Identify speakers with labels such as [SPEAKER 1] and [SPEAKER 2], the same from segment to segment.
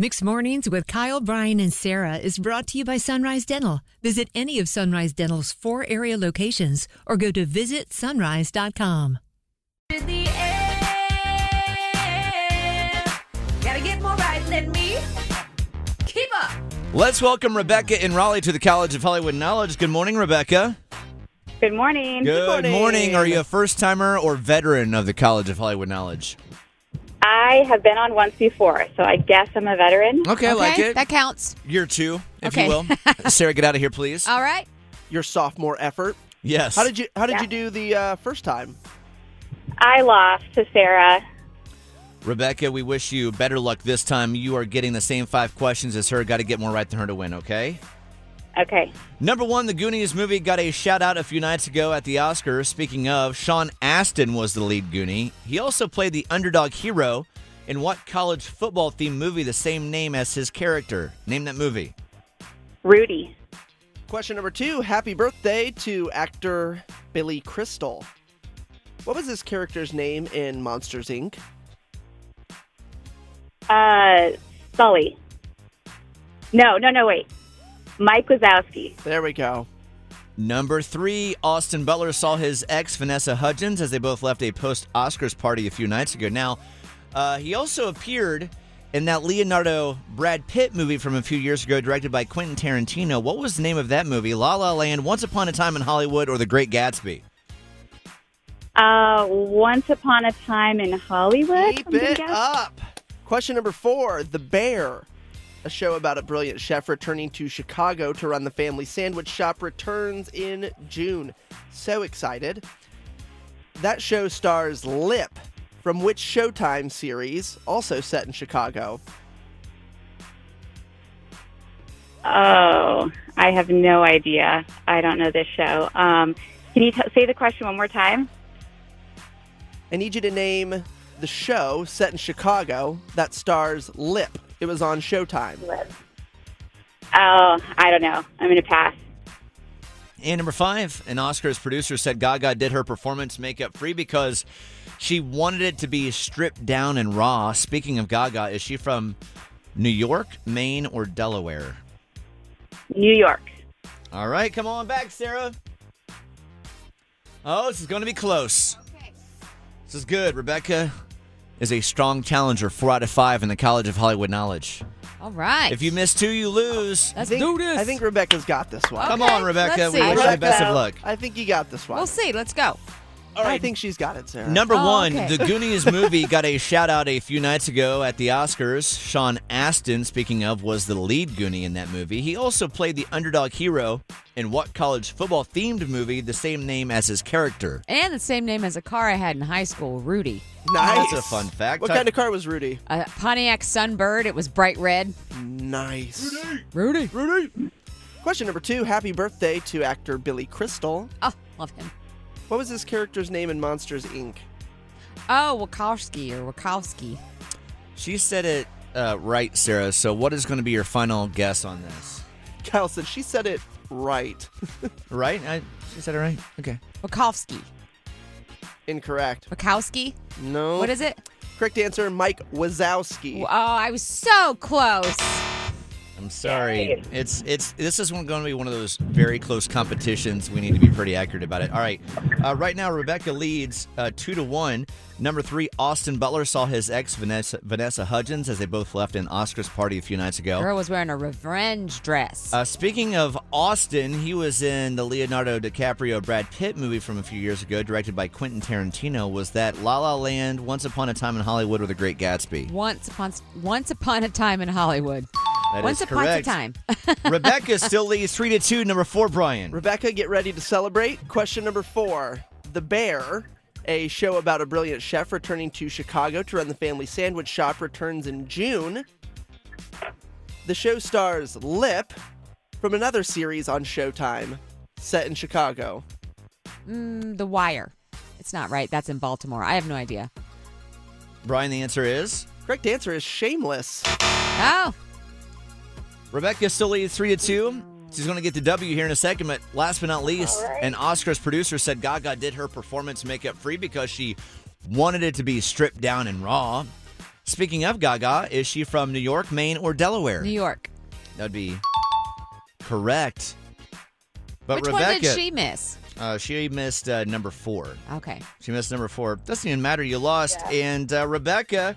[SPEAKER 1] Mixed Mornings with Kyle, Brian, and Sarah is brought to you by Sunrise Dental. Visit any of Sunrise Dental's four area locations or go to visitsunrise.com.
[SPEAKER 2] to the air. Gotta get more right than me. Keep up.
[SPEAKER 3] Let's welcome Rebecca in Raleigh to the College of Hollywood Knowledge. Good morning, Rebecca.
[SPEAKER 4] Good morning.
[SPEAKER 3] morning. Are you a first timer or veteran of the College of Hollywood Knowledge?
[SPEAKER 4] I have been on once before, so I guess I'm a veteran.
[SPEAKER 3] Okay, I like it.
[SPEAKER 5] That counts.
[SPEAKER 3] Year two, if
[SPEAKER 5] Okay. Uh,
[SPEAKER 3] you will. Sarah, get out of here, please.
[SPEAKER 5] All right.
[SPEAKER 6] your sophomore effort.
[SPEAKER 3] yes.
[SPEAKER 6] How did you How did
[SPEAKER 4] Yeah.
[SPEAKER 6] you do the uh, first time?
[SPEAKER 4] I lost to Sarah.
[SPEAKER 3] Rebecca, we wish you better luck this time. You are getting the same five questions as her. Got to get more right than her to win, okay?
[SPEAKER 4] Okay.
[SPEAKER 3] Number one, the Goonies movie got a shout out a few nights ago at the Oscars. Speaking of, Sean Astin was the lead Goonie. He also played the underdog hero in what college football themed movie the same name as his character? Name that movie.
[SPEAKER 4] Rudy.
[SPEAKER 6] Question number two. Happy birthday to actor Billy Crystal. What was his character's name in Monsters Inc?
[SPEAKER 4] Uh, Sully. No, no, no, wait. Mike Wazowski.
[SPEAKER 6] There we go.
[SPEAKER 3] Number three, Austin Butler saw his ex Vanessa Hudgens as they both left a post Oscars party a few nights ago. Now, uh, he also appeared in that Leonardo Brad Pitt movie from a few years ago, directed by Quentin Tarantino. What was the name of that movie? La La Land, Once Upon a Time in Hollywood, or The Great Gatsby?
[SPEAKER 4] Uh, Once Upon a Time in Hollywood. I'm
[SPEAKER 6] Keep
[SPEAKER 4] gonna
[SPEAKER 6] it
[SPEAKER 4] guess.
[SPEAKER 6] up. Question number four. The Bear, a show about a brilliant chef returning to Chicago to run the family sandwich shop, returns in June. So excited. That show stars Lip from which Showtime series, also set in Chicago.
[SPEAKER 4] Oh, I have no idea. I don't know this show. Um, can you t- say the question one more time?
[SPEAKER 6] I need you to name the show set in Chicago that stars Lip. It was on Showtime.
[SPEAKER 4] Oh, I don't know. I'm gonna pass.
[SPEAKER 3] And number five, an Oscars producer said Gaga did her performance makeup free because she wanted it to be stripped down and raw. Speaking of Gaga, is she from New York, Maine, or Delaware?
[SPEAKER 4] New York.
[SPEAKER 3] All right, come on back, Sarah. Oh, this is going to be close. This is good. Rebecca is a strong challenger, four out of five in the College of Hollywood Knowledge.
[SPEAKER 5] All right.
[SPEAKER 3] If you miss two, you lose.
[SPEAKER 5] Let's
[SPEAKER 6] I think,
[SPEAKER 5] do this.
[SPEAKER 6] I think Rebecca's got this one.
[SPEAKER 3] Come
[SPEAKER 5] Okay,
[SPEAKER 3] on, Rebecca.
[SPEAKER 5] let's
[SPEAKER 3] We
[SPEAKER 5] see.
[SPEAKER 3] wish you the best of luck.
[SPEAKER 6] I think you got this one.
[SPEAKER 5] we'll see. Let's go.
[SPEAKER 6] I think she's got it, Sarah.
[SPEAKER 3] Number
[SPEAKER 5] Oh,
[SPEAKER 3] one,
[SPEAKER 5] okay.
[SPEAKER 3] the Goonies movie got a shout out a few nights ago at the Oscars. Sean Astin, speaking of, was the lead Goonie in that movie. He also played the underdog hero in what college football themed movie, the same name as his character.
[SPEAKER 5] And the same name as a car I had in high school, Rudy.
[SPEAKER 6] Nice.
[SPEAKER 3] That's a fun fact.
[SPEAKER 6] What
[SPEAKER 3] Type-
[SPEAKER 6] kind of car was Rudy?
[SPEAKER 5] A Pontiac Sunbird. It was bright red.
[SPEAKER 6] Nice.
[SPEAKER 5] Rudy.
[SPEAKER 6] Question number two. Happy birthday to actor Billy Crystal.
[SPEAKER 5] Oh, love him.
[SPEAKER 6] What was his character's name in Monsters Inc?
[SPEAKER 5] Oh, Wachowski or Wachowski.
[SPEAKER 3] She said it uh, right, Sarah. So, what is going to be your final guess on this?
[SPEAKER 6] Kyle said she said it right.
[SPEAKER 3] Right? I, she said it right. Okay.
[SPEAKER 5] Wachowski.
[SPEAKER 6] Incorrect.
[SPEAKER 5] Wachowski.
[SPEAKER 6] No.
[SPEAKER 5] What is it?
[SPEAKER 6] Correct answer, Mike Wazowski.
[SPEAKER 5] Oh, I was so close.
[SPEAKER 3] I'm sorry. It's it's this is going to be one of those very close competitions. We need to be pretty accurate about it. All right. Uh, right now, Rebecca leads uh, two to one. Number three, Austin Butler saw his ex Vanessa Vanessa Hudgens as they both left an Oscars party a few nights ago.
[SPEAKER 5] Girl was wearing a revenge dress.
[SPEAKER 3] Uh, speaking of Austin, he was in the Leonardo DiCaprio Brad Pitt movie from a few years ago, directed by Quentin Tarantino. Was that La La Land, Once Upon a Time in Hollywood, or The Great Gatsby?
[SPEAKER 5] once upon once upon a time in Hollywood.
[SPEAKER 3] That is
[SPEAKER 5] once upon
[SPEAKER 3] correct.
[SPEAKER 5] a time.
[SPEAKER 3] Rebecca still leads three to two. Number four, Brian.
[SPEAKER 6] Rebecca, get ready to celebrate. Question number four The Bear, a show about a brilliant chef returning to Chicago to run the family sandwich shop, returns in June. The show stars Lip from another series on Showtime set in Chicago.
[SPEAKER 5] Mm, the Wire. It's not right. That's in Baltimore. I have no idea.
[SPEAKER 3] Brian, the answer is
[SPEAKER 6] Correct answer is Shameless.
[SPEAKER 5] Oh,
[SPEAKER 3] Rebecca still leads three to two. She's going to get the W here in a second, but last but not least, an Oscars producer said Gaga did her performance makeup free because she wanted it to be stripped down and raw. Speaking of Gaga, is she from New York, Maine, or Delaware?
[SPEAKER 5] New York.
[SPEAKER 3] That'd be correct. But
[SPEAKER 5] Which
[SPEAKER 3] Rebecca,
[SPEAKER 5] one did she miss?
[SPEAKER 3] uh, she missed uh, number four.
[SPEAKER 5] Okay.
[SPEAKER 3] She missed number four. Doesn't even matter. You lost. And uh, Rebecca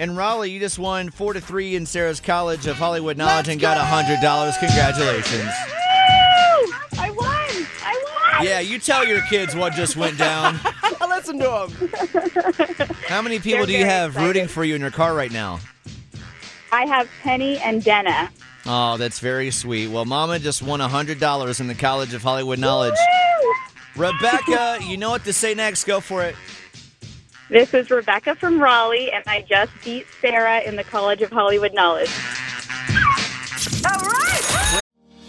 [SPEAKER 3] and Raleigh, you just won four to three in Sarah's College of Hollywood Knowledge and got a hundred dollars. Congratulations.
[SPEAKER 4] I won! I won!
[SPEAKER 3] Yeah, you tell your kids what just went down.
[SPEAKER 6] I'll listen to him.
[SPEAKER 3] How many people
[SPEAKER 4] They're
[SPEAKER 3] do you
[SPEAKER 4] very
[SPEAKER 3] have
[SPEAKER 4] excited.
[SPEAKER 3] rooting for you in your car right now?
[SPEAKER 4] I have Penny and Denna.
[SPEAKER 3] Oh, that's very sweet. Well, Mama just won $100 in the College of Hollywood Knowledge. Rebecca, you know what to say next. Go for it.
[SPEAKER 4] This is Rebecca from Raleigh, and I just beat Sarah in the College of Hollywood Knowledge.